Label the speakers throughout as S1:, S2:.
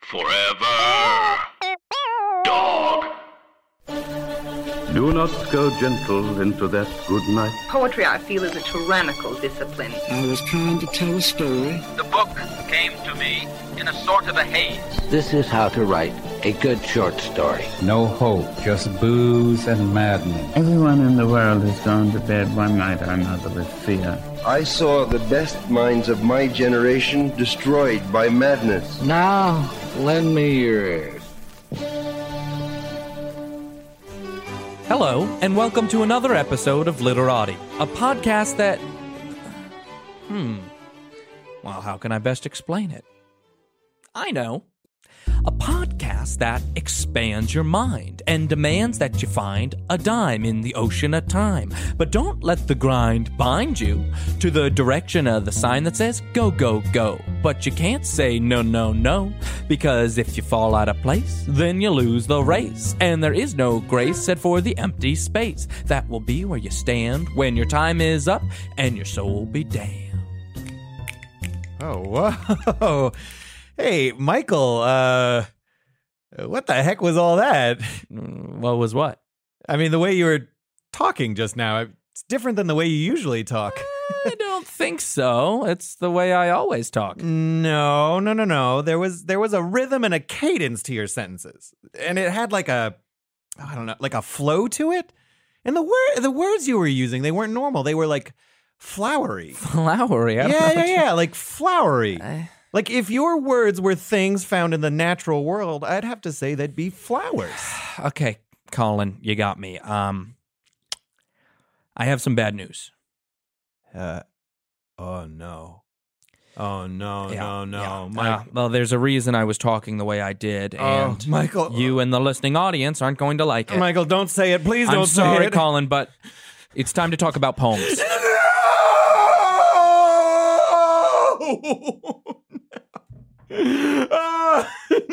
S1: Forever. Dog.
S2: Do not go gentle into that good night.
S3: Poetry, I feel, is a tyrannical discipline.
S4: I was trying to tell a story.
S5: The book came to me in a sort of a haze.
S6: This is how to write a good short story.
S7: No hope, just booze and madness.
S8: Everyone in the world has gone to bed one night or another with fear.
S9: I saw the best minds of my generation destroyed by madness.
S6: Now, lend me your ears.
S10: Hello, and welcome to another episode of Literati, a podcast that. Hmm. Well, how can I best explain it? I know. A podcast that expands your mind and demands that you find a dime in the ocean of time. But don't let the grind bind you to the direction of the sign that says go, go, go. But you can't say no, no, no, because if you fall out of place, then you lose the race. And there is no grace set for the empty space. That will be where you stand when your time is up and your soul be damned.
S11: Oh, whoa. Hey, Michael, uh, what the heck was all that?
S10: Mm, What was what?
S11: I mean, the way you were talking just now, it's different than the way you usually talk.
S10: Uh, I don't think so. It's the way I always talk.
S11: Oh, No, no, no, no. There was there was a rhythm and a cadence to your sentences. And it had like a I don't know, like a flow to it. And the word the words you were using, they weren't normal. They were like flowery.
S10: Flowery. I don't
S11: yeah,
S10: know
S11: yeah,
S10: what you-
S11: yeah, like flowery.
S10: I-
S11: Like if your words were things found in the natural world, I'd have to say they'd be flowers.
S10: Okay, Colin, you got me. Um, I have some bad news.
S11: Uh, oh no. Oh no, no, no.
S10: yeah.
S11: Mike.
S10: Uh, well, there's a reason I was talking the way I did,
S11: Oh,
S10: and
S11: Michael.
S10: you and the listening audience aren't going to like it.
S11: Michael, don't say it. Please
S10: I'm
S11: don't
S10: sorry,
S11: say it.
S10: Colin, but it's time to talk about poems.
S11: No! Oh,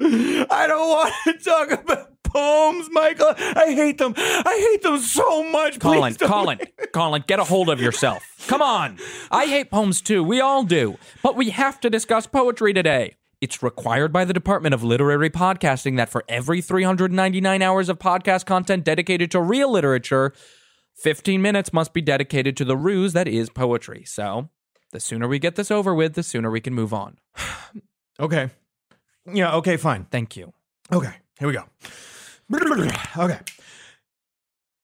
S11: no. I don't want to talk about poems, Michael. I hate them. I hate them so much. Please
S10: Colin,
S11: don't-
S10: Colin, Colin, get a hold of yourself. Come on. I hate poems too. We all do. But we have to discuss poetry today. It's required by the Department of Literary Podcasting that for every 399 hours of podcast content dedicated to real literature, 15 minutes must be dedicated to the ruse that is poetry. So, the sooner we get this over with, the sooner we can move on.
S11: Okay. Yeah, okay, fine.
S10: Thank you.
S11: Okay, here we go. Okay.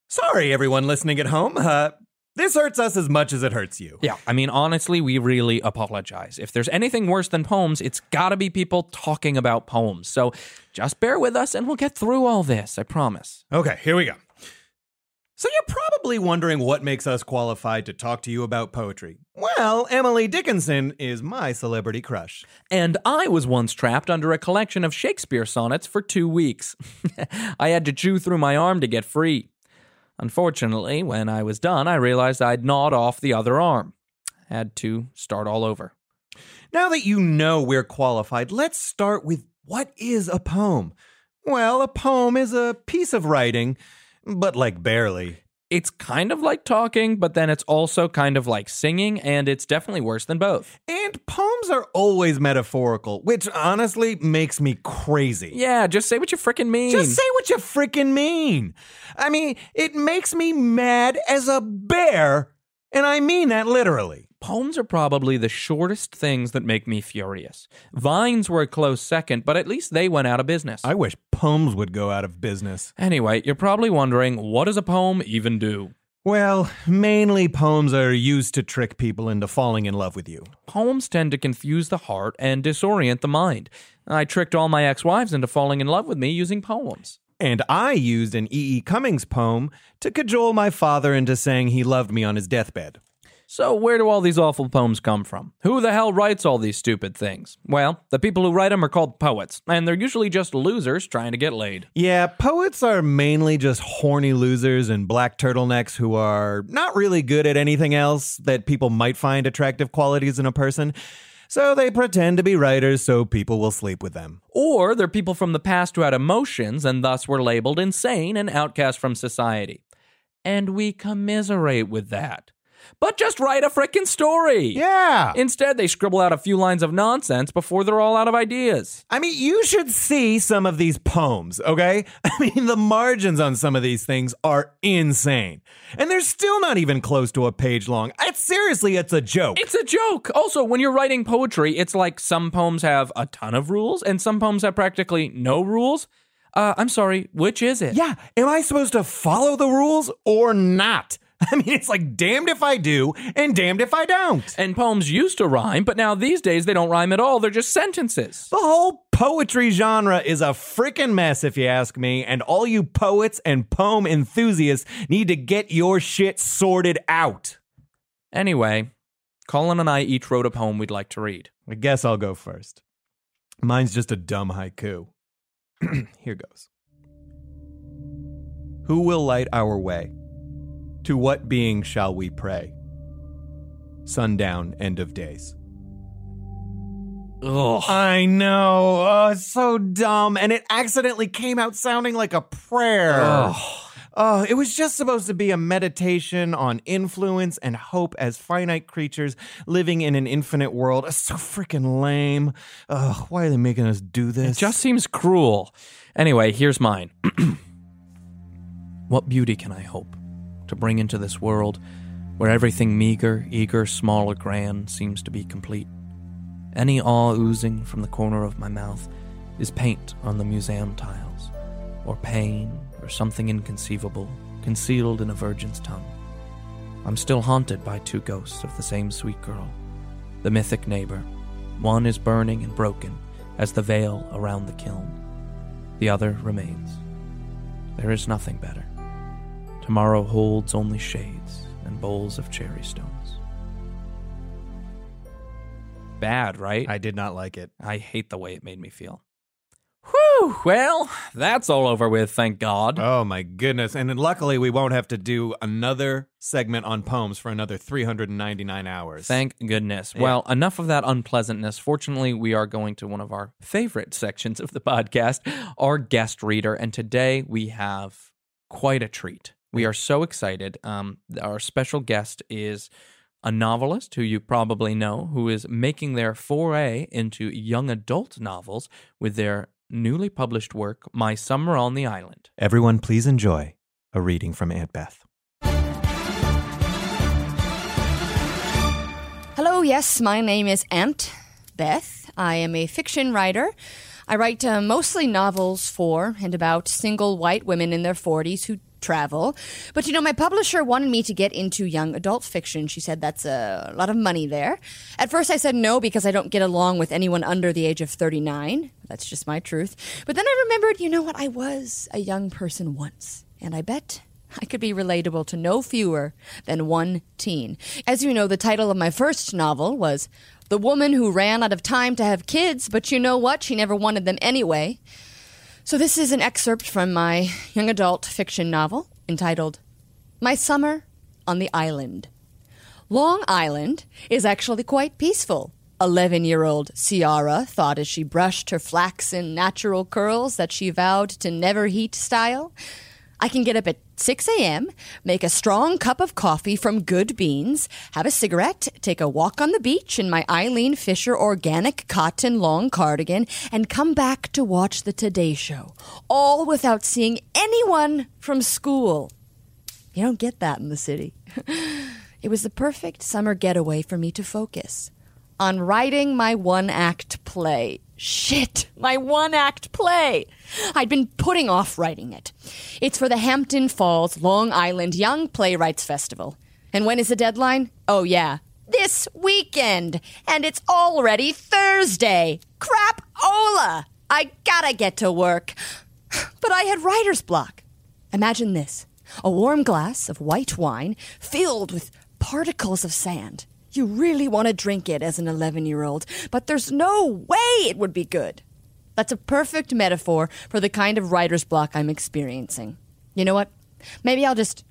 S11: Sorry, everyone listening at home. Uh, this hurts us as much as it hurts you.
S10: Yeah, I mean, honestly, we really apologize. If there's anything worse than poems, it's gotta be people talking about poems. So just bear with us and we'll get through all this, I promise.
S11: Okay, here we go. So you're probably wondering what makes us qualified to talk to you about poetry. Well, Emily Dickinson is my celebrity crush.
S10: And I was once trapped under a collection of Shakespeare sonnets for two weeks. I had to chew through my arm to get free. Unfortunately, when I was done, I realized I'd gnawed off the other arm. Had to start all over.
S11: Now that you know we're qualified, let's start with what is a poem? Well, a poem is a piece of writing, but like barely.
S10: It's kind of like talking, but then it's also kind of like singing, and it's definitely worse than both.
S11: And poems are always metaphorical, which honestly makes me crazy.
S10: Yeah, just say what you frickin' mean.
S11: Just say what you freaking mean. I mean, it makes me mad as a bear, and I mean that literally.
S10: Poems are probably the shortest things that make me furious. Vines were a close second, but at least they went out of business.
S11: I wish poems would go out of business.
S10: Anyway, you're probably wondering what does a poem even do?
S11: Well, mainly poems are used to trick people into falling in love with you.
S10: Poems tend to confuse the heart and disorient the mind. I tricked all my ex-wives into falling in love with me using poems.
S11: And I used an E. E. Cummings poem to cajole my father into saying he loved me on his deathbed.
S10: So, where do all these awful poems come from? Who the hell writes all these stupid things? Well, the people who write them are called poets, and they're usually just losers trying to get laid.
S11: Yeah, poets are mainly just horny losers and black turtlenecks who are not really good at anything else that people might find attractive qualities in a person. So they pretend to be writers so people will sleep with them.
S10: Or they're people from the past who had emotions and thus were labeled insane and outcast from society. And we commiserate with that. But just write a frickin' story.
S11: Yeah.
S10: Instead, they scribble out a few lines of nonsense before they're all out of ideas.
S11: I mean, you should see some of these poems, okay? I mean, the margins on some of these things are insane. And they're still not even close to a page long. It's seriously, it's a joke.
S10: It's a joke. Also, when you're writing poetry, it's like some poems have a ton of rules and some poems have practically no rules. Uh, I'm sorry, which is it?
S11: Yeah. Am I supposed to follow the rules or not? I mean, it's like damned if I do and damned if I don't.
S10: And poems used to rhyme, but now these days they don't rhyme at all. They're just sentences.
S11: The whole poetry genre is a freaking mess, if you ask me. And all you poets and poem enthusiasts need to get your shit sorted out.
S10: Anyway, Colin and I each wrote a poem we'd like to read.
S11: I guess I'll go first. Mine's just a dumb haiku. Here goes Who will light our way? To what being shall we pray? Sundown, end of days.
S10: Ugh.
S11: I know. Oh, it's so dumb. And it accidentally came out sounding like a prayer.
S10: Ugh.
S11: Oh, it was just supposed to be a meditation on influence and hope as finite creatures living in an infinite world. It's so freaking lame. Ugh, why are they making us do
S10: It
S11: this?
S10: just seems cruel. Anyway, here's mine. what beauty can I hope to bring into this world where everything meager, eager, small, or grand seems to be complete? Any awe oozing from the corner of my mouth is paint on the museum tiles, or pain, or something inconceivable concealed in a virgin's tongue. I'm still haunted by two ghosts of the same sweet girl, the mythic neighbor. One is burning and broken as the veil around the kiln, the other remains. There is nothing better. Tomorrow holds only shades and bowls of cherry stones. Bad, right?
S11: I did not like it.
S10: I hate the way it made me feel. Whew, well, that's all over with, thank God.
S11: Oh my goodness. And then luckily, we won't have to do another segment on poems for another 399 hours.
S10: Thank goodness.
S11: Yeah.
S10: Well, enough of that unpleasantness. Fortunately, we are going to one of our favorite sections of the podcast, our guest reader. And today we have quite a treat. We are so excited. Um, our special guest is a novelist who you probably know, who is making their foray into young adult novels with their newly published work, My Summer on the Island.
S11: Everyone, please enjoy a reading from Aunt Beth.
S12: Hello, Oh, yes, my name is Ant Beth. I am a fiction writer. I write uh, mostly novels for and about single white women in their 40s who travel. But you know, my publisher wanted me to get into young adult fiction. She said that's a lot of money there. At first, I said no because I don't get along with anyone under the age of 39. That's just my truth. But then I remembered, you know what? I was a young person once, and I bet I could be relatable to no fewer than one teen. As you know, the title of my first novel was The Woman Who Ran Out of Time to Have Kids, but you know what? She never wanted them anyway. So, this is an excerpt from my young adult fiction novel entitled My Summer on the Island. Long Island is actually quite peaceful. 11 year old Ciara thought as she brushed her flaxen natural curls that she vowed to never heat style. I can get up at 6 a.m., make a strong cup of coffee from good beans, have a cigarette, take a walk on the beach in my Eileen Fisher organic cotton long cardigan, and come back to watch the Today Show, all without seeing anyone from school. You don't get that in the city. It was the perfect summer getaway for me to focus on writing my one act play. Shit, my one act play! I'd been putting off writing it. It's for the Hampton Falls Long Island Young Playwrights Festival. And when is the deadline? Oh, yeah, this weekend! And it's already Thursday! Crap Ola! I gotta get to work! But I had writer's block. Imagine this a warm glass of white wine filled with particles of sand. You really want to drink it as an 11 year old, but there's no way it would be good. That's a perfect metaphor for the kind of writer's block I'm experiencing. You know what? Maybe I'll just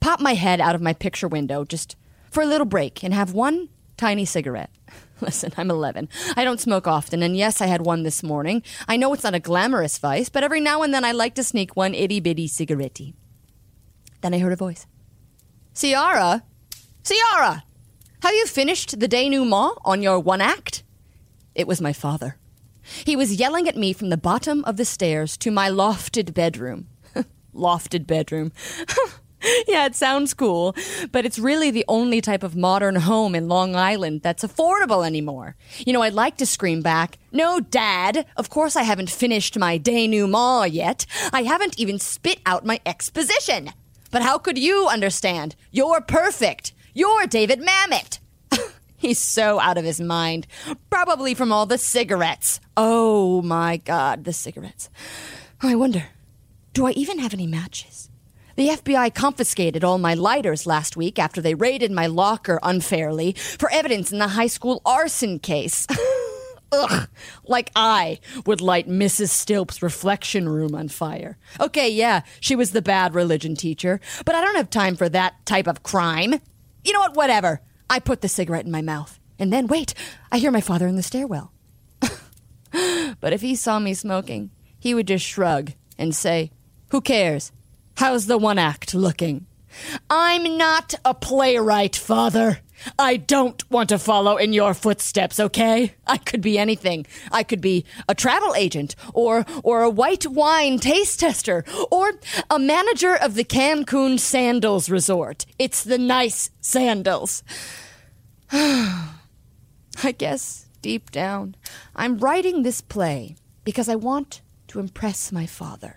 S12: pop my head out of my picture window just for a little break and have one tiny cigarette. Listen, I'm 11. I don't smoke often, and yes, I had one this morning. I know it's not a glamorous vice, but every now and then I like to sneak one itty bitty cigarette. Then I heard a voice Ciara? Ciara! Have you finished the denouement on your one act? It was my father. He was yelling at me from the bottom of the stairs to my lofted bedroom. lofted bedroom. yeah, it sounds cool, but it's really the only type of modern home in Long Island that's affordable anymore. You know, I'd like to scream back, No, Dad, of course I haven't finished my denouement yet. I haven't even spit out my exposition. But how could you understand? You're perfect. You're David Mamet. He's so out of his mind. Probably from all the cigarettes. Oh my God, the cigarettes. I wonder, do I even have any matches? The FBI confiscated all my lighters last week after they raided my locker unfairly for evidence in the high school arson case. Ugh, like I would light Mrs. Stilp's reflection room on fire. Okay, yeah, she was the bad religion teacher, but I don't have time for that type of crime. You know what? Whatever. I put the cigarette in my mouth. And then, wait, I hear my father in the stairwell. but if he saw me smoking, he would just shrug and say, Who cares? How's the one act looking? I'm not a playwright, father. I don't want to follow in your footsteps, okay? I could be anything. I could be a travel agent or or a white wine taste tester or a manager of the Cancun Sandals Resort. It's the nice sandals. I guess deep down, I'm writing this play because I want to impress my father.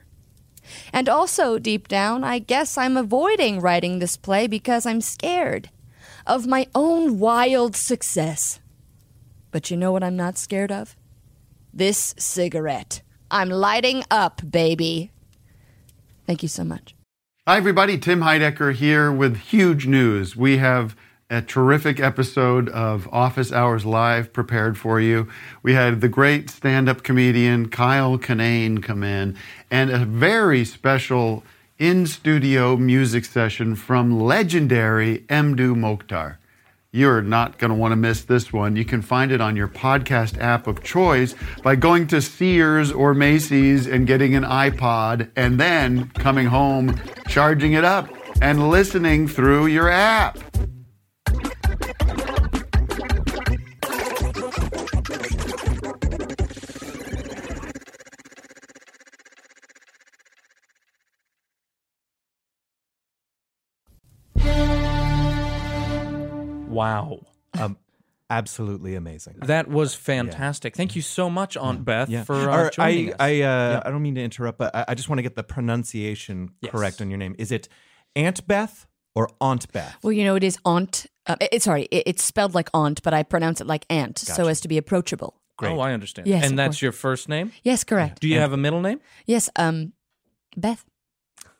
S12: And also, deep down, I guess I'm avoiding writing this play because I'm scared of my own wild success. But you know what I'm not scared of? This cigarette. I'm lighting up, baby. Thank you so much.
S13: Hi, everybody. Tim Heidecker here with huge news. We have a terrific episode of Office Hours Live prepared for you. We had the great stand up comedian Kyle Kinane come in and a very special in studio music session from legendary Mdu Mokhtar. You're not going to want to miss this one. You can find it on your podcast app of choice by going to Sears or Macy's and getting an iPod and then coming home, charging it up, and listening through your app.
S10: Wow.
S11: Um, absolutely amazing.
S10: That was fantastic. Thank you so much, Aunt Beth,
S11: Yeah.
S10: for uh,
S11: Or
S10: joining
S11: I,
S10: us.
S11: I, uh, I don't mean to interrupt, but I, I just want to get the pronunciation correct on your name. Is it Aunt Beth or Aunt Beth?
S12: Well, you know, it is aunt. Uh, it, it's- sorry, it, it's spelled like aunt, but I pronounce it like aunt so
S10: Gotcha.
S12: as to be approachable.
S10: Oh, I understand.
S12: Yes, of
S10: and that's
S12: course.
S10: your first name?
S12: Yes, correct.
S10: Do you have a middle name?
S12: Yes, um, Beth.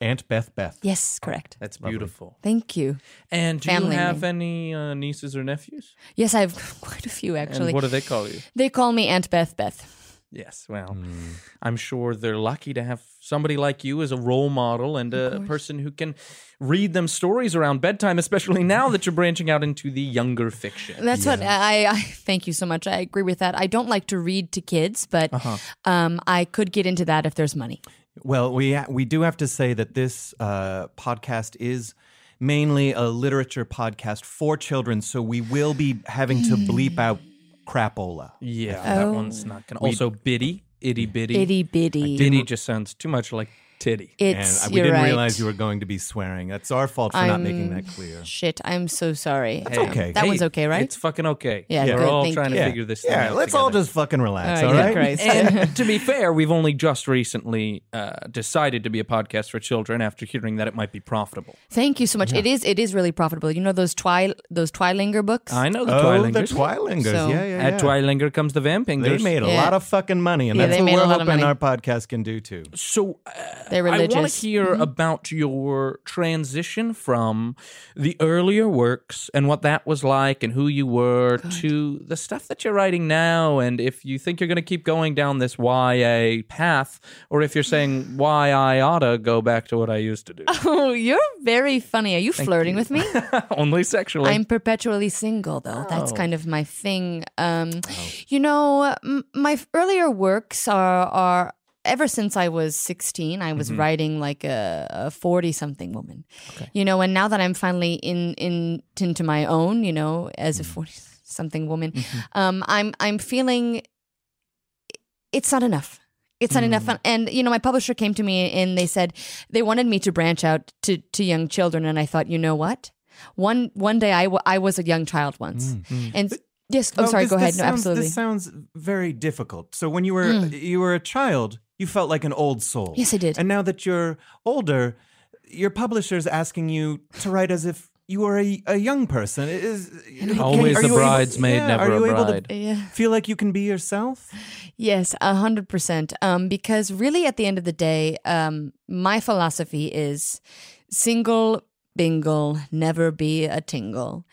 S11: Aunt Beth Beth.
S12: Yes, correct.
S10: That's beautiful.
S12: Thank you.
S10: And do
S12: Family
S10: you have any uh, nieces or nephews?
S12: Yes, I have quite a few actually.
S10: And what do they call you? Hmm.
S12: They call me Aunt Beth Beth.
S10: Yes. Well, I'm sure they're lucky to have somebody like you as a role model and a person who can read them stories around bedtime, especially now that you're branching out into the younger fiction.
S12: That's what I, I. Thank you so much. I agree with that. I don't like to read to kids, but
S11: Uh-huh.
S12: um, I could get into that if there's money.
S11: Well, we uh, we do have to say that this uh, podcast is mainly a literature podcast for children, so we will be having to bleep out crapola.
S10: Yeah, Mm.
S11: If
S10: that one's not going to.
S11: We-
S10: Also, biddy, itty bitty.
S12: Oh. Itty bitty.
S10: Bitty just sounds too much like titty.
S12: It's-
S11: and uh, we
S12: you're
S11: didn't
S12: right.
S11: realize you were going to be swearing. That's our fault for not making
S12: I'm-
S11: that clear.
S12: Shit, I'm so sorry.
S11: That's
S12: Um,
S11: okay.
S12: That
S11: Hey,
S12: one's okay, right?
S10: It's fucking okay.
S12: Yeah,
S10: we're
S12: good,
S10: all
S12: thank
S10: trying to
S12: you.
S10: figure this thing
S11: Yeah,
S10: out.
S11: let's all just fucking relax.
S12: All
S11: all
S12: right,
S11: right.
S12: Oh, Christ.
S10: And to be fair, we've only just recently uh, decided to be a podcast for children after hearing that it might be profitable.
S12: Thank you so much. It is. It is really profitable. You know those twi those Twilinger books.
S10: I know the
S11: Oh,
S10: Twilingers.
S11: the Twilingers. So- Yeah, yeah,
S10: At
S11: yeah.
S10: Twilinger comes the Vampingers.
S11: They made a lot of fucking money, and
S12: Yeah,
S11: that's
S12: they
S11: what
S12: made a
S11: we're
S12: lot of
S11: hoping
S12: money.
S11: our podcast can do too.
S10: So
S12: They're religious.
S10: I want to hear
S12: Mhm.
S10: about your transition from the earlier works and what that was like and who you were to the stuff that you're writing now. And if you think you're going to keep going down this YA path, or if you're saying why I oughta go back to what I used to do,
S12: Oh, you're very funny. Are you
S10: Thank
S12: flirting with me?
S10: only sexually.
S12: I'm perpetually single, though. That's
S10: Oh.
S12: kind of my thing. Um, You know, m- my f- earlier works are are ever since I was 16, I was
S14: Mhm.
S12: writing like a 40 something woman. You know, and now that I'm finally in in into my own, you know, as a 40 something woman, um, I'm I'm feeling it's not enough. It's not enough. And, you know, my publisher came to me and they said they wanted me to branch out to, to young children. And I thought, you know what? One one day I wa- I was a young child once. And yes, oh,
S11: No,
S12: sorry,
S11: this-
S12: go
S11: this
S12: ahead. no,
S11: sounds-
S12: absolutely.
S11: This sounds very difficult. So when you were
S12: Mm.
S11: you were a child, you felt like an old soul.
S12: Yes, I did.
S11: And now that you're older, your publisher's asking you to write as if you were a, a young person. It is
S12: I
S10: Always
S11: are
S10: the
S11: you able-
S10: bridesmaid,
S11: yeah,
S10: never
S11: are
S10: a
S11: you able
S10: bride.
S11: To
S12: Yeah.
S11: Feel like you can be yourself.
S12: Yes, a hundred percent. Um, because really, at the end of the day, um, my philosophy is single bingle, never be a tingle.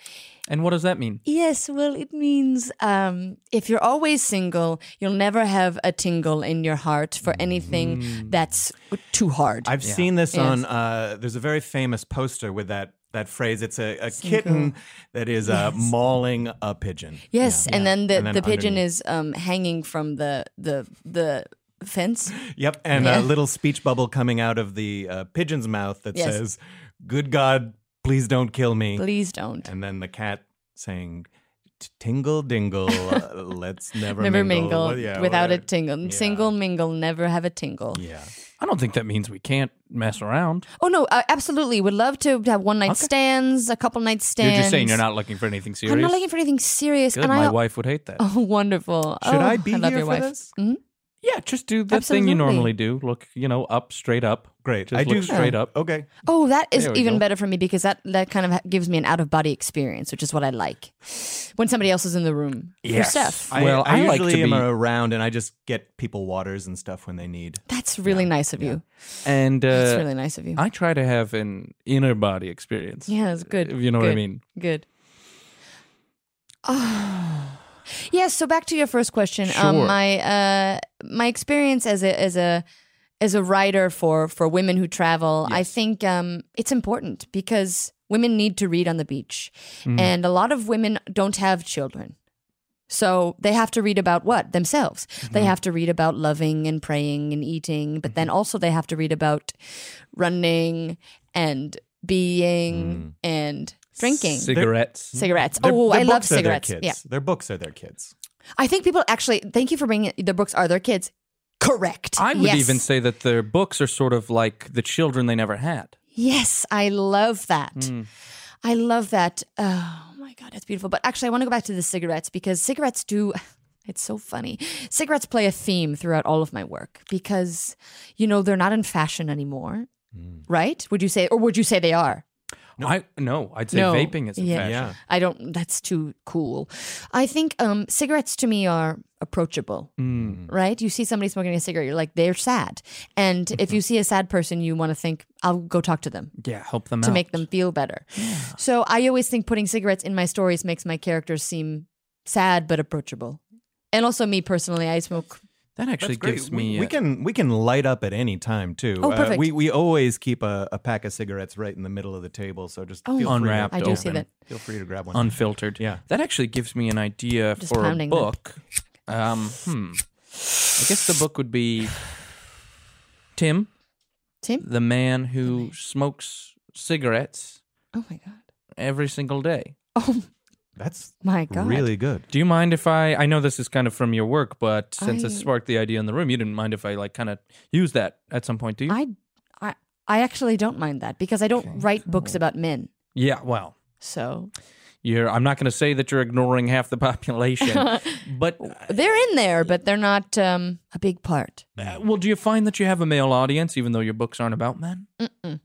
S10: and what does that mean?
S12: Yes, well, it means um, if you're always single, you'll never have a tingle in your heart for anything
S10: Mm.
S12: that's too hard.
S11: I've seen this
S12: Yes.
S11: on. Uh, there's a very famous poster with that that phrase. It's a, a
S12: Single.
S11: kitten that is uh, mauling a pigeon.
S12: Yes, and, Then the,
S11: And then
S12: the pigeon
S11: underneath.
S12: is um, hanging from the the the fence.
S11: Yep, and a
S12: Yeah.
S11: little speech bubble coming out of the uh, pigeon's mouth that
S12: Yes.
S11: says, "Good God, please don't kill me."
S12: Please don't.
S11: And then the cat saying, "T- "Tingle dingle, uh, let's never,
S12: Never mingle,
S11: mingle, Well, yeah,
S12: without
S11: well,
S12: a tingle. Single mingle, never have a tingle.
S11: Yeah.
S10: I don't think that means we can't mess around.
S12: Oh no, uh, absolutely. Would love to have one night
S10: Okay.
S12: stands, a couple night stands.
S10: You're just saying you're not looking for anything serious.
S12: I'm not looking for anything serious.
S10: Good,
S12: and
S10: my
S12: I,
S10: wife would hate that.
S12: Oh, wonderful.
S10: Should
S12: Oh,
S10: I be
S12: I love
S10: here
S12: your
S10: for
S12: wife.
S10: this?
S12: Mhm.
S10: Yeah, just do the thing
S12: Absolutely.
S10: you normally do. Look, you know, up, straight up.
S11: Great.
S10: Just
S11: I
S10: look
S11: do-
S10: straight up.
S11: Okay.
S12: Oh, that is
S10: There we
S12: even
S10: go.
S12: better for me because that that kind of ha- gives me an out of body experience, which is what I like when somebody else is in the room for stuff.
S11: I,
S10: Well,
S11: I,
S10: I like to
S11: usually am
S10: be-
S11: around, and I just get people waters and stuff when they need.
S12: That's really nice of you.
S10: And uh,
S12: That's really nice of you.
S10: I try to have an inner body experience.
S12: Yeah, it's good.
S10: If you know what I
S12: Good.
S10: mean.
S12: Good. Yeah, so back to your first question. Um
S10: Sure.
S12: my uh my experience as a as a as a writer for for women who travel, I think um it's important because women need to read on the beach.
S10: Mm-hmm.
S14: Mhm.
S12: And a lot of women don't have children. So they have to read about what? Themselves.
S11: Mm-hmm.
S12: They have to read about loving and praying and eating, but then also they have to read about running and
S11: Mm.
S12: being and drinking.
S10: Cigarettes.
S12: Cigarettes.
S11: Their-
S12: oh,
S11: their
S12: I love
S11: books are
S12: cigarettes.
S11: Their kids.
S12: Yeah.
S11: Their books are their kids.
S12: I think people actually thank you for bringing the books are their kids. Correct.
S10: I would
S12: yes.
S10: even say that their books are sort of like the children they never had.
S12: Yes, I love that.
S10: Mm.
S12: I love that. Oh my god, that's beautiful. But actually, I want to go back to the cigarettes because cigarettes do. It's so funny. Cigarettes play a theme throughout all of my work because, you know, they're not in fashion anymore,
S10: Hmm.
S12: right? Would you say, or would you say they are?
S10: No, I, no I'd say vaping is in
S12: yeah.
S10: fashion.
S12: I don't. That's too cool. I think um, cigarettes to me are approachable.
S10: Hmm.
S12: Right? You see somebody smoking a cigarette, you're like, they're sad. And if you see a sad person, you want to think, I'll go talk to them
S10: Yeah, help them
S12: to
S10: out.
S12: make them feel better. So I always think putting cigarettes in my stories makes my characters seem sad but approachable. And also me personally, I smoke.
S10: That actually
S11: Great.
S10: gives
S11: We-
S10: me.
S11: We
S10: uh,
S11: can we can light up at any time too. Uh,
S12: Oh, perfect.
S11: we we always keep a, a pack of cigarettes right in the middle of the table, so just
S12: Oh,
S11: feel free
S10: Unwrapped,
S11: To,
S12: I do see
S10: open.
S12: that.
S11: Feel free to grab one.
S10: unfiltered. Yeah, that actually gives me an idea
S12: Just
S10: for a
S12: pounding them.
S10: book. Um, hmm. I guess the book would be Tim,
S12: Tim?
S10: the man who smokes cigarettes
S12: Oh my god.
S10: every single day.
S12: Oh
S11: That's
S12: my god.
S11: really good.
S10: Do you mind if I? I know this is kind of from your work, but since
S12: I-
S10: it sparked the idea in the room, you didn't mind if I like kind of use that at some point, do you?
S12: I I I actually don't mind that because I don't write books about men.
S10: yeah. Well,
S12: So
S10: you're. I'm not going to say that you're ignoring half the population, but
S12: they're in there, but they're not um, a big part.
S10: Uh, well, do you find that you have a male audience, even though your books aren't about men?
S12: Mm-mm.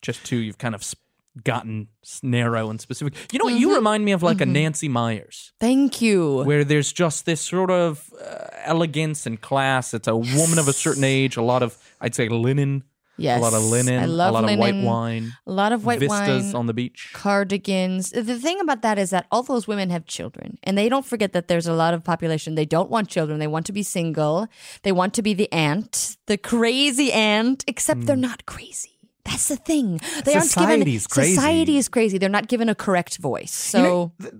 S10: Just two, Oh. you've kind of s- gotten s- narrow and specific. You know what?
S12: Mm-hmm.
S10: You remind me of like a Nancy Myers,
S12: Thank you.
S10: where there's just this sort of uh, elegance and class. It's a woman of a certain age, a lot of, I'd say, linen.
S12: Yes.
S10: A lot of linen,
S12: I love
S10: a lot of white
S12: linen,
S10: wine.
S12: a lot of white
S10: vistas
S12: wine.
S10: on the beach.
S12: Cardigans. The thing about that is that all those women have children, and they don't forget that there's a lot of population. They don't want children. They want to be single. They want to be the aunt, the crazy aunt, except
S11: Hmm.
S12: they're not crazy. That's the thing. They aren't given.
S11: Society's crazy.
S12: Society is crazy. They're not given a correct voice. So
S11: You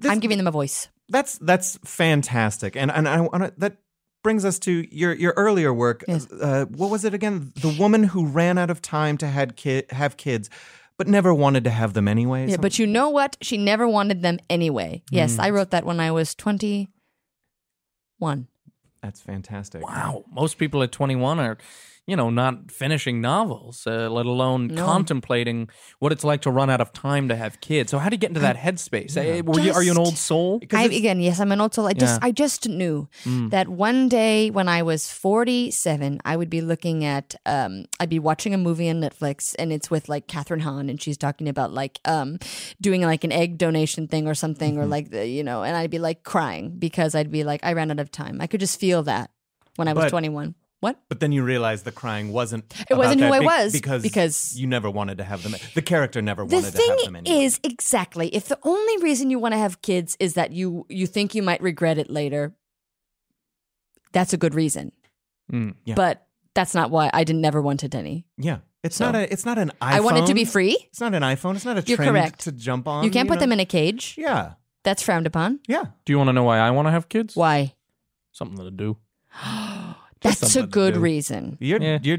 S11: know,
S12: I'm giving them a voice.
S11: That's that's fantastic, and and I, wanna that brings us to your your earlier work. Uh, what was it again? The woman who ran out of time to had ki- have kids, but never wanted to have them anyway.
S12: Yeah,
S11: Some-
S12: but you know what? She never wanted them anyway. Yes,
S11: Mm.
S12: I wrote that when I was 21.
S11: that's fantastic.
S10: Wow. Most people at 21 are, you know, not finishing novels, uh, let alone
S12: No.
S10: contemplating what it's like to run out of time to have kids. So, how do you get into that headspace? Eh, were you, are you an old soul?
S12: I, again, yes, I'm an old soul. I just,
S10: Yeah.
S12: I just knew
S10: Mm.
S12: that one day when I was 47, I would be looking at, um, I'd be watching a movie on Netflix, and it's with like Catherine Hahn, and she's talking about like um, doing like an egg donation thing or something,
S11: Mm-hmm.
S12: or like the, you know, and I'd be like crying because I'd be like, I ran out of time. I could just feel that when I was
S11: But-
S12: 21. What?
S11: But then you realize the crying wasn't.
S12: It wasn't
S11: about
S12: who
S11: that
S12: I was,
S11: because
S12: because-
S11: you never wanted to have them. The character never
S12: The
S11: wanted to
S12: thing
S11: have them anyway.
S12: is exactly if the only reason you want to have kids is that you you think you might regret it later. That's a good reason.
S10: Mm, yeah.
S12: but that's not why I didn't never wanted any.
S11: yeah, it's
S12: So-
S11: not a. It's not an. IPhone.
S12: I want it to be free.
S11: It's not an iPhone. It's not a
S12: You're
S11: trend
S12: correct.
S11: to jump on.
S12: you can't put
S11: know?
S12: them in a cage.
S11: Yeah.
S12: That's frowned upon.
S11: Yeah.
S10: Do you want to know why I want to have kids?
S12: Why?
S10: Something to do.
S11: Just
S12: That's a
S11: something to
S12: good
S11: do.
S12: reason.
S11: Your your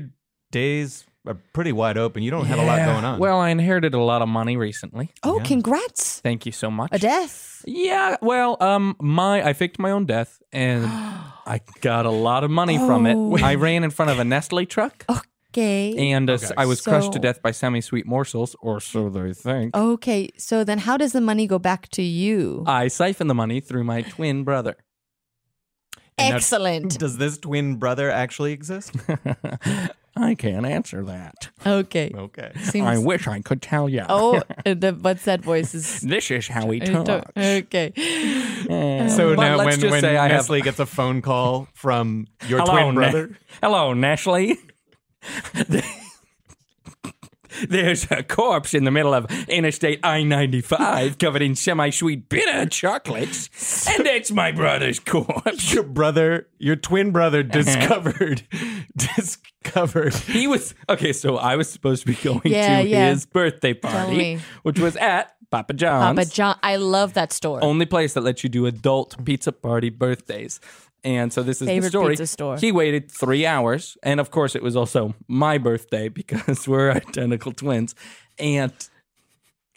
S11: days are pretty wide open. You don't have a lot
S10: Yeah.
S11: going on.
S10: Well, I inherited a lot of money recently.
S12: Oh, congrats.
S10: Thank you so much.
S12: A death.
S10: Yeah, well, um, my I faked my own death and I got a lot of money from
S12: Oh.
S10: it. I ran in front of a Nestle truck
S12: Okay.
S10: and uh, s- I was crushed
S12: So-
S10: to
S12: Oh.
S10: death by semi-sweet morsels, or so they think.
S12: Okay. So then how does the money go back to you?
S11: Uh,
S10: I siphon the money through my twin brother.
S11: And now-
S12: Excellent.
S11: Does this twin brother actually exist?
S10: I can't answer that.
S12: Okay.
S11: Okay.
S12: Seems-
S10: I wish I could tell you.
S12: Oh, the what's that voice is
S10: this is how we
S12: I don't-
S10: talk.
S12: Okay.
S11: So
S10: But
S11: now
S10: let's
S11: when,
S10: just
S11: when
S10: say I have-
S11: Nestle gets a phone call from your
S10: Hello,
S11: twin
S10: Ne-
S11: brother,
S10: Hello, Nestle. There's a corpse in the middle of Interstate I 95 covered in semi sweet bitter chocolates, and it's my brother's corpse.
S11: your brother, your twin brother discovered discovered
S10: He was okay, so I was supposed to be going
S12: Yeah,
S10: to
S12: yeah.
S10: his birthday
S12: me.
S10: party, which was at Papa John's.
S12: Papa Uh, John. I love that store.
S10: only place that lets you do adult pizza party birthdays. And so this is
S12: Favorite
S10: the story.
S12: pizza store.
S10: He waited three hours, and of course, it was also my birthday because we're identical twins. And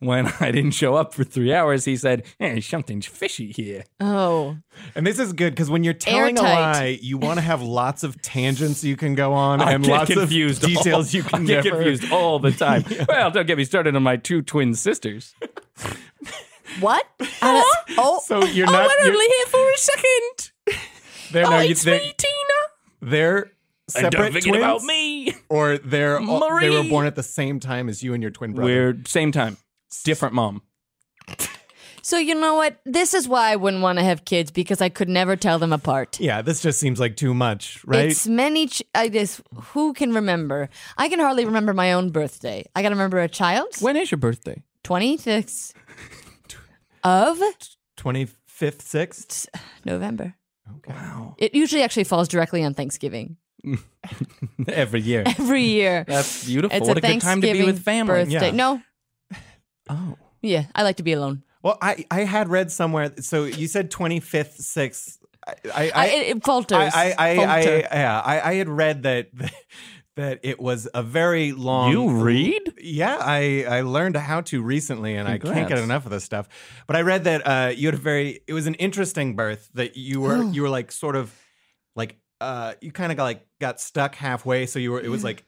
S10: when I didn't show up for three hours, he said, "Hey, something's fishy here."
S12: Oh.
S11: And this is good because when you're telling a
S12: Airtight.
S11: lie, you want to have lots of tangents you can go on
S10: I
S11: and
S10: get
S11: lots of
S10: confused all-
S11: details you can
S10: I get
S11: never-
S10: confused all the time. Well, don't get me started on my two twin sisters.
S12: What? I don't- oh.
S11: So you're
S12: oh,
S11: not-
S12: we're
S11: you're-
S12: only here for a second.
S11: They're,
S10: oh,
S11: no, you-
S10: it's
S11: they're,
S10: me, Tina.
S11: they're
S10: And
S11: separate
S10: don't forget
S11: twins,
S10: about me.
S11: or they're all, they were
S10: Marie.
S11: born at the same time as you and your twin brother.
S10: We're same time, different mom.
S12: So you know what? This is why I wouldn't want to have kids because I could never tell them apart.
S11: Yeah, this just seems like too much, right?
S12: It's many. Ch- I just who can remember? I can hardly remember my own birthday. I got to remember a child's.
S10: When is your birthday?
S12: Twenty six of
S11: Twenty fifth, sixth.
S12: November.
S11: Okay. Wow.
S12: It usually actually falls directly on Thanksgiving
S10: Every year.
S12: every year.
S10: That's beautiful.
S12: it's
S10: what
S12: a,
S10: a, good time to be
S12: Thanksgiving
S10: with family.
S12: Birthday.
S11: Yeah.
S12: No.
S10: Oh.
S12: Yeah, I like to be alone.
S11: Well, I I had read somewhere. So you said twenty fifth, sixth. I I,
S12: I, it, it falters.
S11: I I, I, I,
S12: Falter.
S11: yeah, I, I had read that that it was a very long.
S10: You read?
S11: Yeah, I I learned how to recently, and I can't get
S10: Congrats.
S11: enough of this stuff. But I read that uh, you had a very. It was an interesting birth that you were you were like sort of like uh you kind of got like got stuck halfway, so you were it was like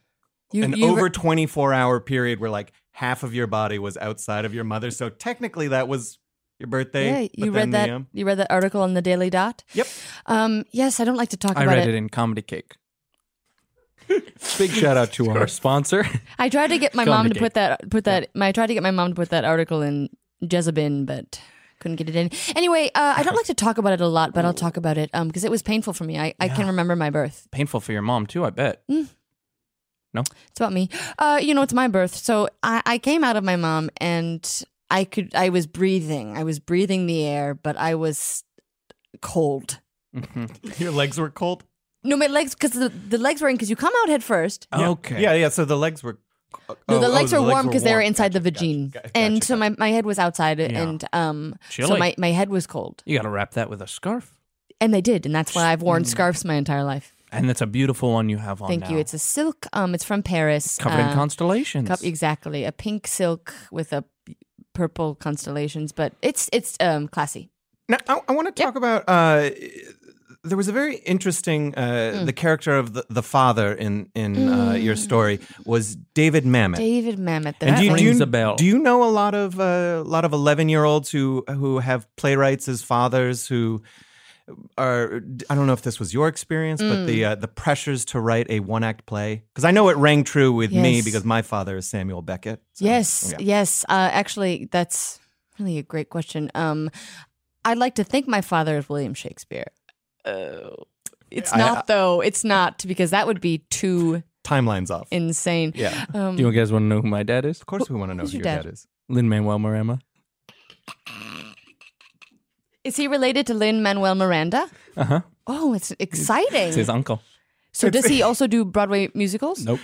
S12: You-
S11: an
S12: you re-
S11: over twenty four hour period where like half of your body was outside of your mother. So technically, that was your birthday.
S12: Yeah,
S11: but
S12: you
S11: then
S12: read
S11: the,
S12: that.
S11: um,
S12: you read that article on the Daily Dot.
S11: Yep.
S12: Um, yes, I don't like to talk
S10: I
S12: about
S10: read it. in Comedy Cake. Big shout out to our sponsor.
S12: I tried to get my
S10: Fill in
S12: mom
S10: the
S12: to put that put that. My I tried to get my mom to put that article in Jezebin, but couldn't get it in. Anyway, uh, I don't like to talk about it a lot, but I'll talk about it because it was painful for me. I, I can remember my birth.
S10: Painful for your mom too, I bet.
S12: Mm. It's about me. Uh, you know, it's my birth. So I, I came out of my mom, and I could. I was breathing. I was breathing the air, but I was cold.
S11: Your legs were cold.
S12: No, my legs because the, the legs were in because you come out head first.
S11: Yeah. Yeah, yeah. So the legs were.
S12: No,
S11: oh,
S12: the
S11: oh,
S12: legs were warm because they were
S11: warm.
S12: inside the vagine, and so my, my head was outside, and um, so
S10: Chilly.
S12: my, my head was cold,
S10: You got to wrap that with a scarf,
S12: and they did, and that's why I've
S11: Mm.
S12: worn scarves my entire life.
S10: and that's a beautiful one you
S11: Oh,
S10: have on.
S12: Thank you.
S10: now.
S12: It's a silk. Um, it's from Paris.
S10: covered in
S12: uh,
S10: constellations.
S12: cup- exactly, a pink silk with a purple constellations, but it's it's um classy.
S11: Now, I, I want to talk about. Uh, there was a very interesting. Uh,
S12: Hmm.
S11: The character of the, the father in in uh, your story was David Mamet.
S12: David Mamet.
S11: And
S12: That
S11: do you, do,
S12: rings
S11: you,
S12: a bell.
S11: do you know a lot of uh, a lot of eleven year olds who who have playwrights as fathers who are I don't know if this was your experience, but
S12: Mm.
S11: the uh, the pressures to write a one act play because I know it rang true with me
S12: Yes.
S11: because my father is Samuel Beckett.
S10: Oh,
S12: yes,
S11: yeah.
S12: yes. Uh, actually, that's really a great question. Um, I'd like to think my father is William Shakespeare. Oh, it's
S11: I-
S12: not though. It's not because that would be too
S11: Timelines off.
S12: insane.
S11: Yeah.
S12: Um,
S10: Do you guys want to know who my dad is? Of
S11: course, we want to know
S12: who's who your your dad dad
S11: is.
S10: Lin Manuel Miranda.
S12: is he related to Lin Manuel Miranda?
S10: Uh huh.
S12: Oh, it's exciting.
S10: It's his uncle.
S12: so does he also do Broadway musicals?
S10: Nope.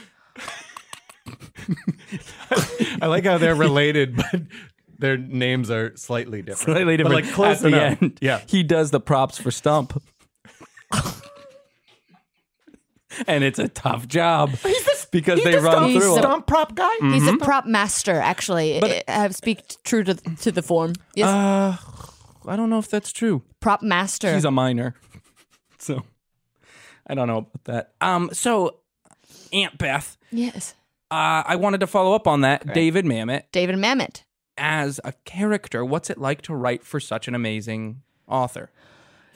S11: I like how they're related, but their names are slightly different.
S10: Slightly different.
S11: But like close
S10: At the
S11: enough.
S10: end,
S11: Yeah.
S10: He does the props for Stump. and it's a tough job because they run through it.
S11: prop guy.
S12: He's a
S10: Mhm.
S12: prop master, actually. But, I have speak true to to the form. Yes,
S10: Uh, I don't know if that's true.
S12: prop master.
S10: He's a minor. So I don't know about that. Um, so Aunt Beth,
S12: yes,
S10: uh, I wanted to follow up on that. David Mamet
S12: David Mamet.
S10: as a character, what's it like to write for such an amazing author?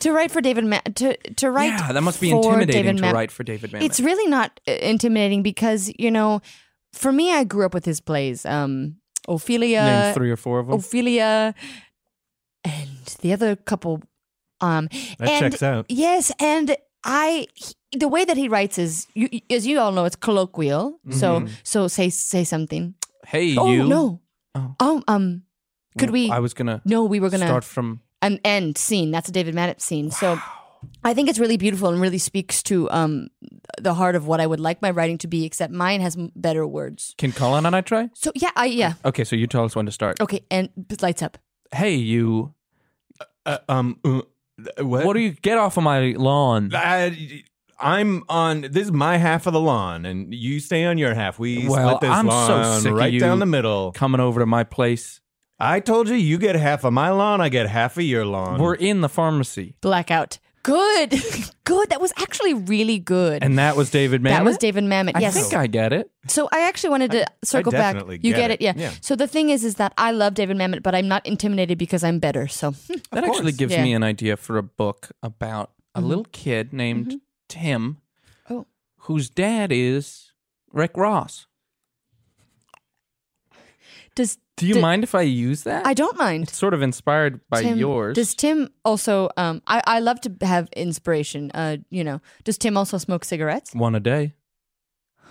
S12: To write for David Ma- to to write.
S10: yeah, that must be
S12: for
S10: intimidating
S12: David
S10: to
S12: Mamet.
S10: write for David Mamet.
S12: It's really not uh, intimidating because you know, for me, I grew up with his plays. Um, Ophelia,
S10: Name three or four of them.
S12: oh, Ophelia, and the other couple. Um,
S10: That
S12: and-
S10: checks out.
S12: Yes, and I he- the way that he writes is, you, as you all know, it's colloquial. So
S10: Mhm.
S12: so say say something.
S10: hey,
S12: oh
S10: you.
S12: no. Oh. um. Could we?
S10: I was gonna.
S12: No, we were gonna
S10: start from.
S12: an end scene. That's a David Mamet scene. So I think it's really beautiful and really speaks to um, the heart of what I would like my writing to be, except mine has m- better words.
S10: Can Colin and I try?
S12: So yeah, I yeah.
S10: Okay, so you tell us when to start.
S12: Okay, and lights up.
S10: Hey, you.
S11: Uh, um. uh, what?
S10: What do you get off of my lawn?
S11: I, I'm on. This is my half of the lawn, and you stay on your half. We
S10: well,
S11: split this
S10: I'm so
S11: lawn
S10: sick
S11: right
S10: of you
S11: down the middle.
S10: coming over to my place.
S11: I told you, you get half of my lawn. I get half of your lawn.
S10: We're in the pharmacy,
S12: Blackout. Good. good. That was actually really good.
S10: and that was David Mamet.
S12: That was David Mamet.
S10: I
S12: yes.
S10: think I get it.
S12: So I actually wanted to circle back.
S10: definitely
S12: you
S10: get
S12: get
S10: it.
S12: it, yeah.
S10: Yeah.
S12: So the thing is, is that I love David Mamet, but I'm not intimidated because I'm better. So
S10: That actually gives
S12: Yeah.
S10: me an idea for a book about a
S12: Mhm.
S10: little kid named Tim,
S12: Oh.
S10: whose dad is Rick Ross.
S12: does
S10: Do you
S12: d-
S10: mind if I use that?
S12: I don't mind.
S10: It's sort of inspired by
S12: Tim-
S10: yours.
S12: Does Tim also? Um, I I love to have inspiration. Uh, you know, does Tim also smoke cigarettes?
S10: One a day.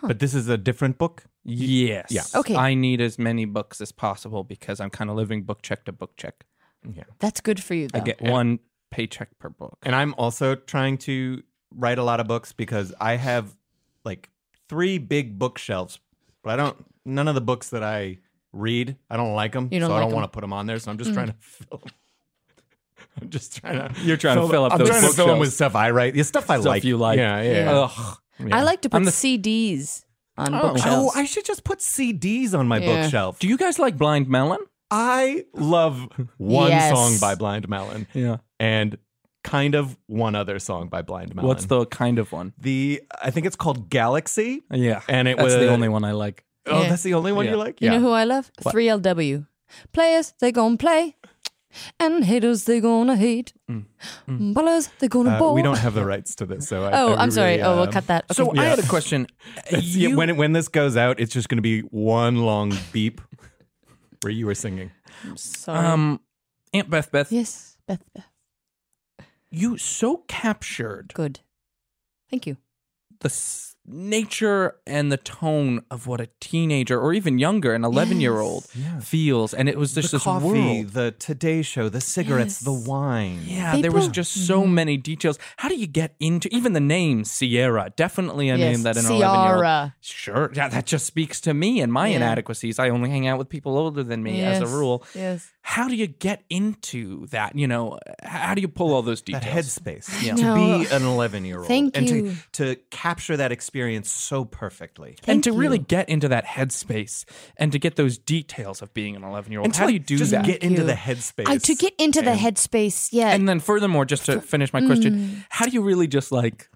S11: But this is a different book.
S10: Yes.
S11: Yeah.
S12: Okay.
S10: I need as many books as possible because I'm kind of living book check to book check.
S11: Yeah.
S12: That's good for you. Though.
S10: I get one paycheck per book.
S11: And I'm also trying to write a lot of books because I have like three big bookshelves, but I don't. None of the books that I read, I don't like them,
S12: You don't
S11: so I
S12: like
S11: don't
S12: 'em.
S11: want to put them on there. So I'm just
S12: Mm.
S11: trying to fill. 'em. I'm just trying to.
S10: You're trying to fill up
S11: I'm
S10: those
S11: trying to fill 'em
S10: bookshelves.
S11: with stuff I write. Yeah, stuff I
S10: Stuff
S11: like.
S10: you like.
S11: Yeah, yeah.
S12: Yeah.
S10: Ugh.
S12: I like to
S10: I'm
S12: put
S10: the-
S12: CDs on
S10: Oh.
S12: bookshelves.
S11: Oh, I should just put CDs on my
S12: Yeah.
S11: bookshelf.
S10: Do you guys like Blind Melon?
S11: I love one
S12: Yes.
S11: song by Blind Melon
S10: Yeah.
S11: and kind of one other song by Blind Melon.
S10: What's the kind of one?
S11: the I think it's called Galaxy.
S10: Yeah.
S11: And it
S10: That's
S11: was
S10: the only one I like.
S11: Oh,
S12: Yeah.
S11: that's the only one
S10: Yeah.
S11: you like?
S12: You know who I love? Three LW players. They gon' play. and haters they gonna hate, mm. they gonna
S11: Uh,
S12: ball.
S11: we don't have the rights to this,
S10: uh,
S11: so I,
S12: Oh,
S11: I
S12: I'm sorry. Oh, we'll cut that.
S10: um, So
S12: Okay.
S10: I
S11: Yeah.
S10: had a question.
S11: It's- yeah,
S10: You-
S11: when it- when this goes out, it's just going to be one long beep where you were singing.
S12: sorry.
S10: Um, Aunt Beth, Beth.
S12: Yes, Beth.
S10: You so captured.
S12: Good. Thank you.
S10: The s- nature and the tone of what a teenager or even younger, an 11 year old, feels. And it was just
S11: the
S10: this
S11: coffee,
S10: world.
S11: the Today Show, the cigarettes, the wine.
S10: Yeah, there was
S11: People- Mm-hmm.
S10: just so many details. How do you get into even the name Sierra? Definitely a
S12: Yes,
S10: name that an eleven-year-old.
S12: Sierra.
S10: Sure, yeah, that just speaks to me and my
S12: Yeah.
S10: inadequacies. I only hang out with people older than me as
S12: Yes,
S10: a rule.
S12: yes.
S10: How do you get into that? You know, h- how do you pull all those details?
S11: headspace
S10: Yeah.
S11: to be an
S10: an-
S11: 11 year old
S10: Thank
S11: and
S10: you.
S11: To, to capture that experience so perfectly
S10: and to really get into that headspace and to get those details of being an eleven-year-old.
S11: And
S10: How
S11: to
S10: do you do
S11: just
S10: that?
S11: get into the headspace.
S12: I to get into the headspace. Yeah.
S10: And then furthermore, just to finish my question,
S12: Mm.
S10: how do you really just like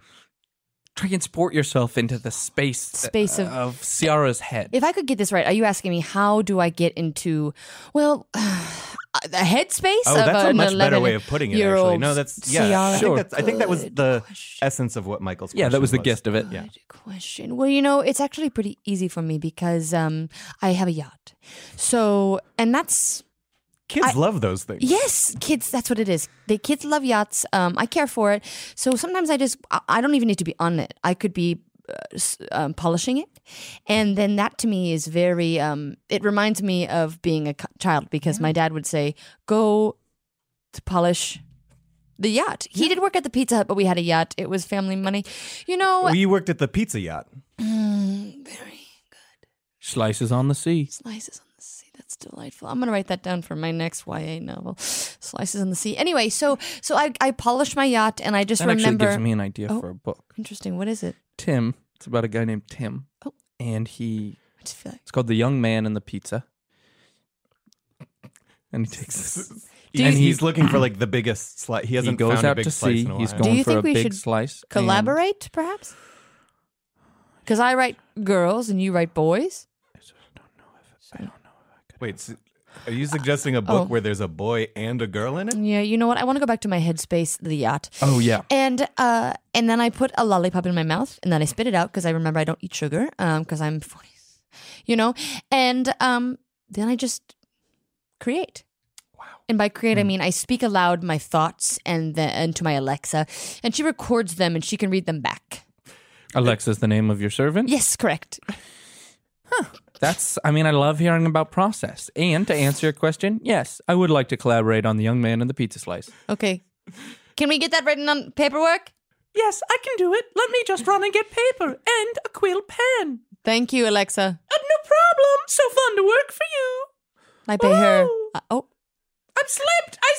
S10: transport yourself into the space th-
S12: Space of-
S10: of Ciara's head?
S12: if I could get this right, are you asking me how do I get into, well, the headspace?
S11: Oh,
S12: of
S11: that's a
S12: an
S11: much better way
S12: 11
S11: of putting it.
S12: year
S11: Actually,
S12: old
S11: no, that's
S12: CR.
S11: yeah. I, think that's, I think that was the essence of what Michael's.
S10: Yeah, that was the
S11: question
S10: gist of it.
S11: Yeah.
S12: question. Well, you know, it's actually pretty easy for me because um, I have a yacht. So, and that's
S11: Kids
S12: I-
S11: love those things.
S12: Yes, kids. That's what it is. The kids love yachts. Um, I care for it. So sometimes I just I- I don't even need to be on it. I could be uh, s- um, polishing it, and then that to me is very. Um, it reminds me of being a c- child because my dad would say, "Go to polish." The yacht. He did work at the Pizza Hut, but we had a yacht. It was family money. You know,
S11: We worked at the pizza yacht.
S12: Mm,
S10: Slices on the sea.
S12: Slices on the sea. That's delightful. I'm gonna write that down for my next YA novel. Slices on the sea. Anyway, so so I, I polish my yacht and I just
S10: that
S12: remember.
S10: actually gives me an idea
S12: Oh,
S10: for a book.
S12: Interesting. What is it?
S10: Tim. It's about a guy named Tim.
S12: Oh.
S10: And he.
S12: just feel like-
S10: It's called The Young Man and the Pizza. And he takes this.
S11: Do you-
S10: and
S11: he's looking for, like, the biggest slice. He hasn't
S10: goes
S11: found a
S10: out
S11: big
S10: to
S11: slice
S10: sea.
S11: in a
S10: He's
S11: while.
S10: going
S12: Do you
S10: for
S12: think
S10: a
S12: we
S10: big
S12: should
S10: slice. and-
S12: Collaborate, perhaps. Because I write girls and you write boys.
S11: Wait, s are you suggesting a book
S12: Oh.
S11: where there's a boy and a girl in it?
S12: Yeah, you know what? I want to go back to my headspace, the yacht.
S11: Oh, yeah.
S12: And uh, and then I put a lollipop in my mouth, and then I spit it out because I remember I don't eat sugar, um, because I'm 40, you know. And um, then I just create. Wow. Hmm. And by create, I mean I speak aloud my thoughts and the, and to my Alexa, and she records them and she can read them back.
S10: Alexa's the name of your servant?
S12: Yes, correct.
S10: That's, I mean, I love hearing about process. And to answer your question, yes, I would like to collaborate on The Young Man and the Pizza Slice.
S12: Okay. Can we get that written on paperwork?
S10: Yes, I can do it. Let me just run and get paper and a quill pen. Uh,
S12: Thank you, Alexa.
S10: no problem. So fun to work for you.
S12: I pay her. Uh, oh.
S10: I slipped. I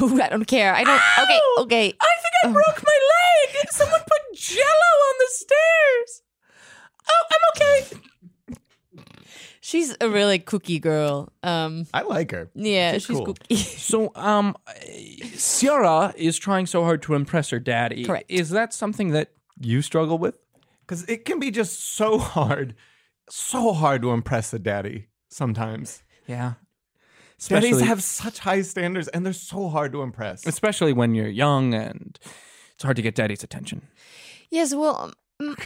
S12: No, I don't care. I don't. Okay, Oh. okay.
S10: I think I broke my leg. Someone put jello on the stairs. Oh, I'm okay.
S12: She's a really kooky girl. Um,
S11: I like her.
S12: Yeah, she's, kooky.
S10: so, um, Sierra is trying so hard to impress her daddy.
S11: Correct.
S10: Is that something that you struggle with?
S11: Because it can be just so hard, so hard to impress a daddy sometimes.
S10: Yeah.
S11: Daddies
S10: Especially-
S11: have such high standards and they're so hard to impress.
S10: Especially when you're young and it's hard to get daddy's attention.
S12: Yes, well, um,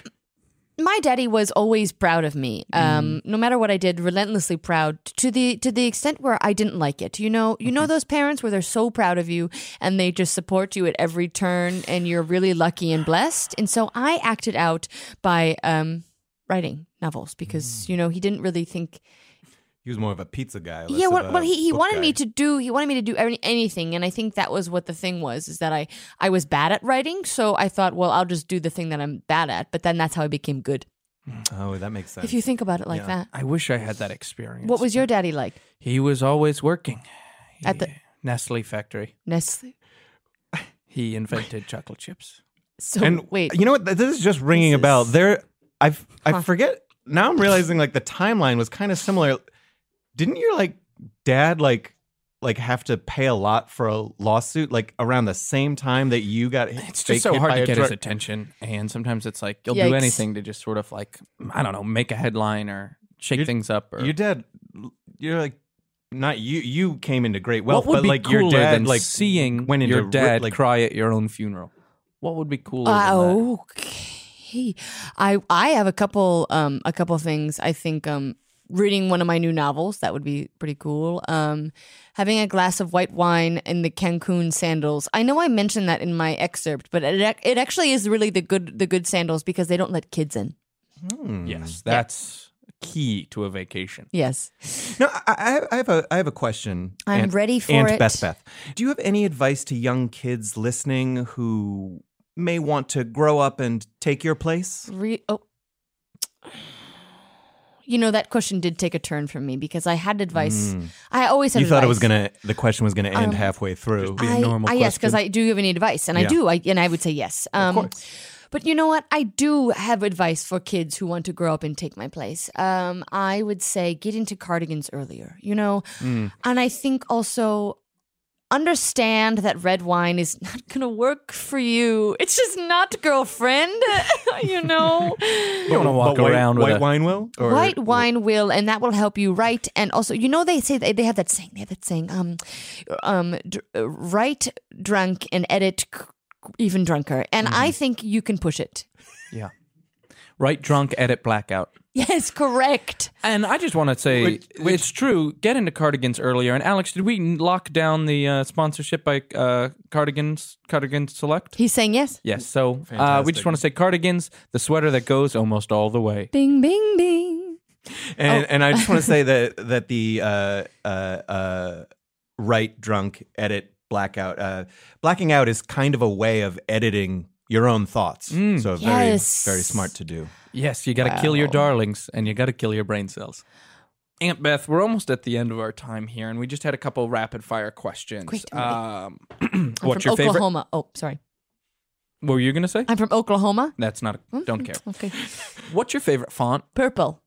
S12: my daddy was always proud of me. Um, No matter what I did, relentlessly proud to the to the extent where I didn't like it. You know, you know those parents where they're so proud of you and they just support you at every turn, and you're really lucky and blessed. And so I acted out by um, writing novels because you know he didn't really think
S11: He was more of a pizza guy. less
S12: yeah
S11: of
S12: well,
S11: a
S12: well he, he
S11: book
S12: wanted
S11: guy.
S12: me to do he wanted me to do any, anything and i think that was what the thing was is that i i was bad at writing so i thought well i'll just do the thing that i'm bad at but then that's how i became good
S11: Oh, that makes sense.
S12: if you think about it like that
S10: I wish I had that experience.
S12: what was your daddy like
S10: He was always working.
S12: at the
S10: Nestle factory.
S12: nestle
S10: He invented chocolate chips.
S12: so
S11: and
S12: wait
S11: you know what? Th- This is just ringing a bell. There, I have I forget now. I'm realizing like the timeline was kind of similar. Didn't your like dad like like have to pay a lot for a lawsuit like around the same time that you got hit?
S10: It's just so hard to get his attention, and sometimes it's like you'll do
S11: Yikes.
S10: anything to just sort of like I don't know, make a headline or shake things up. Or
S11: Your dad, you're like not you. You came into great wealth,
S10: what would
S11: but
S10: be
S11: like
S10: cooler
S11: your dad,
S10: than
S11: like
S10: seeing
S11: went into
S10: your
S11: ri-
S10: dad
S11: like,
S10: cry at your own funeral? What would be cooler?
S12: Uh,
S10: than that?
S12: okay. I I have a couple um a couple things. I think um reading one of my new novels that would be pretty cool. Um having a glass of white wine in the Cancun sandals. I know I mentioned that in my excerpt, but it ac- it actually is really the good the good sandals because they don't let kids in.
S10: Yes, that's key to a vacation.
S12: Yes.
S11: No, I, I I have a I have a question.
S12: I'm
S11: Aunt-
S12: ready for
S11: Aunt
S12: it.
S11: Beth Beth. Do you have any advice to young kids listening who may want to grow up and take your place?
S12: Re- oh. You know that question did take a turn from me because I had advice.
S11: Mm.
S12: I always had
S11: you thought it was
S12: advice.
S11: gonna the question was gonna end
S12: Um,
S11: halfway through.
S12: I I- yes, because I do have any advice, and I
S11: Yeah.
S12: do, I, and I would say yes. Um, But you know what? I do have advice for kids who want to grow up and take my place. Um, I would say get into cardigans earlier. You know,
S1: Mm.
S12: and I think also understand that red wine is not going to work for you. It's just not, girlfriend. you know,
S10: You don't want to walk
S11: But white-
S10: around with
S11: white
S10: a-
S11: wine will or
S12: white wine will, and that will help you write. And also, you know, they say they, they have that saying. They have that saying. Um, um, dr- uh, write drunk and edit c- even drunker. And I think you can push it.
S10: Yeah. Right drunk, edit blackout.
S12: Yes, correct.
S10: And I just want to say it's true. Get into cardigans earlier. And Alex, did we lock down the uh, sponsorship by uh, Cardigans Cardigan Select?
S12: He's saying yes.
S10: Yes. So uh, we
S11: Fantastic.
S10: just want to say cardigans, the sweater that goes almost all the way.
S12: Bing, bing, bing.
S11: And,
S12: Oh.
S11: and I just want to say that that the uh, uh, uh, right drunk edit blackout uh, blacking out is kind of a way of editing your own thoughts.
S10: Mm.
S11: So very
S10: Yes.
S11: very smart to do.
S10: Yes, you got to kill your
S11: Wow.
S10: darlings and you got to kill your brain cells. Aunt Beth, we're almost at the end of our time here, and we just had a couple rapid fire questions.
S12: Quick, Tony.
S10: um,
S12: I'm
S10: what's
S12: from
S10: your favorite?
S12: Oklahoma. Oh, sorry.
S10: What were you gonna say?
S12: I'm from Oklahoma.
S10: That's not. A, don't care.
S12: Okay.
S10: What's your favorite font?
S12: Purple.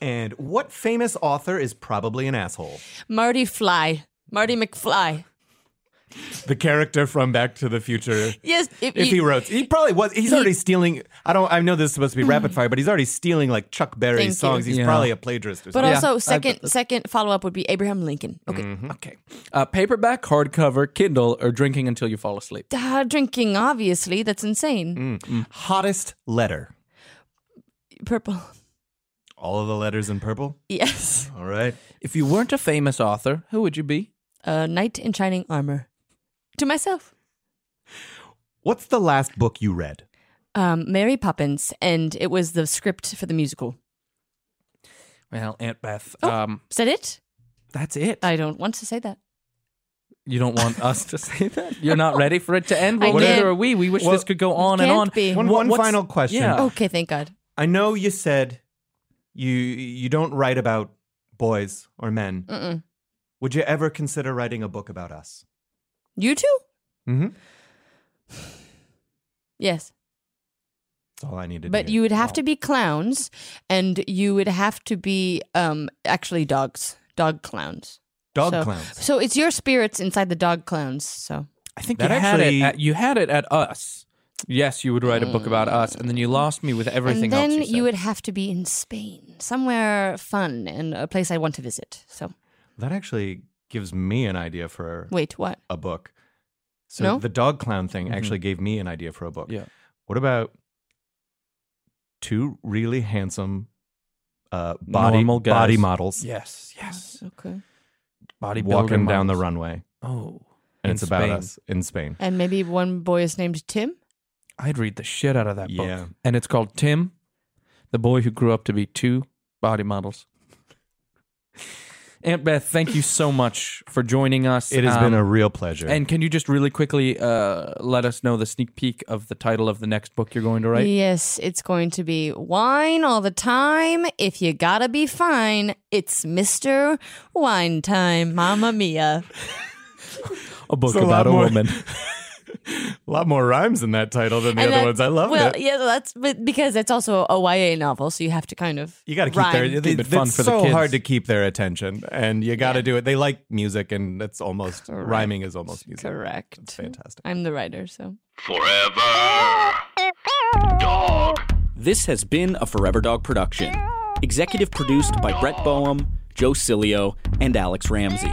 S11: And what famous author is probably an asshole?
S12: Marty Fly. Marty McFly.
S11: The character from Back to the Future.
S12: Yes,
S11: If,
S12: if
S11: he
S12: you-
S11: wrote, he probably was. He's already stealing. I don't. I know this is supposed to be rapid fire, but he's already stealing like Chuck
S12: Hmm. Thank you.
S11: Berry's songs. He's
S10: Yeah.
S11: probably a plagiarist. Or
S12: But
S11: something.
S12: also, second second follow up would be Abraham Lincoln. Okay.
S10: Okay. Uh, paperback, hardcover, Kindle, or drinking until you fall asleep.
S12: Uh, drinking, obviously. That's insane.
S10: Mm.
S11: hottest letter.
S12: Purple.
S11: All of the letters in purple.
S12: Yes.
S11: All right.
S10: If you weren't a famous author, who would you be?
S12: Uh, knight in shining armor. To myself.
S11: What's the last book you read?
S12: Um, Mary Poppins, and it was the script for the musical.
S10: Well, Aunt Beth, um,
S12: Is that it?
S10: That's it.
S12: Oh. I don't want to say that.
S10: you don't want us to say that. You're not ready for it to end. Well,
S12: I did.
S10: neither are we. We wish
S11: Well-
S10: this could go on and
S12: Can't
S10: on.
S12: be.
S11: One-
S10: What-
S11: one
S10: what's-
S11: final question.
S10: Yeah.
S12: Okay, thank God.
S11: I know you said you you don't write about boys or men.
S12: Mm-mm.
S11: Would you ever consider writing a book about us?
S12: You too?
S11: Mm-hmm.
S12: Yes.
S11: That's all I needed.
S12: But you would have to be clowns, and you would have to be um, actually dogs, dog clowns.
S11: Dog
S12: so,
S11: clowns.
S12: So it's your spirits inside the dog clowns. So
S10: I think
S11: That
S10: you had
S11: actually-
S10: it. At, you had it at us. Yes, you would write a book about us, and then you lost me with everything
S12: and then
S10: else. You
S12: you, would have to be in Spain, somewhere fun and a place I want to visit. So
S11: That actually gives me an idea for
S12: wait, what?
S11: a book. So
S12: No?
S11: the dog clown thing actually
S10: Mhm.
S11: gave me an idea for a book.
S10: Yeah.
S11: What about two really handsome uh, body
S10: Normal guys.
S11: body models
S10: Yes, yes.
S12: Okay.
S10: Body
S11: walking down the runway?
S10: Oh,
S11: And
S10: in
S11: it's about
S10: Spain.
S11: us in Spain.
S12: And maybe one boy is named Tim.
S10: I'd read the shit out of that book.
S11: Yeah.
S10: And it's called Tim, the boy who grew up to be two body models. Aunt Beth, thank you so much for joining us.
S11: It has been a
S10: Um,
S11: real pleasure.
S10: And can you just really quickly uh, let us know the sneak peek of the title of the next book you're going to write?
S12: Yes, it's going to be wine all the time. If you gotta be fine, it's Mister Wine Time. Mamma mia.
S10: A book
S11: It's a lot
S10: about a
S11: more-
S10: woman.
S11: a lot more rhymes in that title than the
S12: And
S11: other
S12: that-
S11: ones. I love
S12: well,
S11: it.
S12: yeah, that's but because it's also a YA novel, so you have to kind of
S11: You got to keep
S12: rhyme.
S11: their
S10: Keep it
S11: it's
S10: fun for the
S11: so
S10: kids.
S11: hard to keep their attention, and you got to do it. They like music, and that's almost rhyming is almost music.
S12: Correct.
S11: That's fantastic.
S12: I'm the writer, so
S14: This has been a Forever Dog production. Executive produced by Brett Boehm, Joe Cilio, and Alex Ramsey.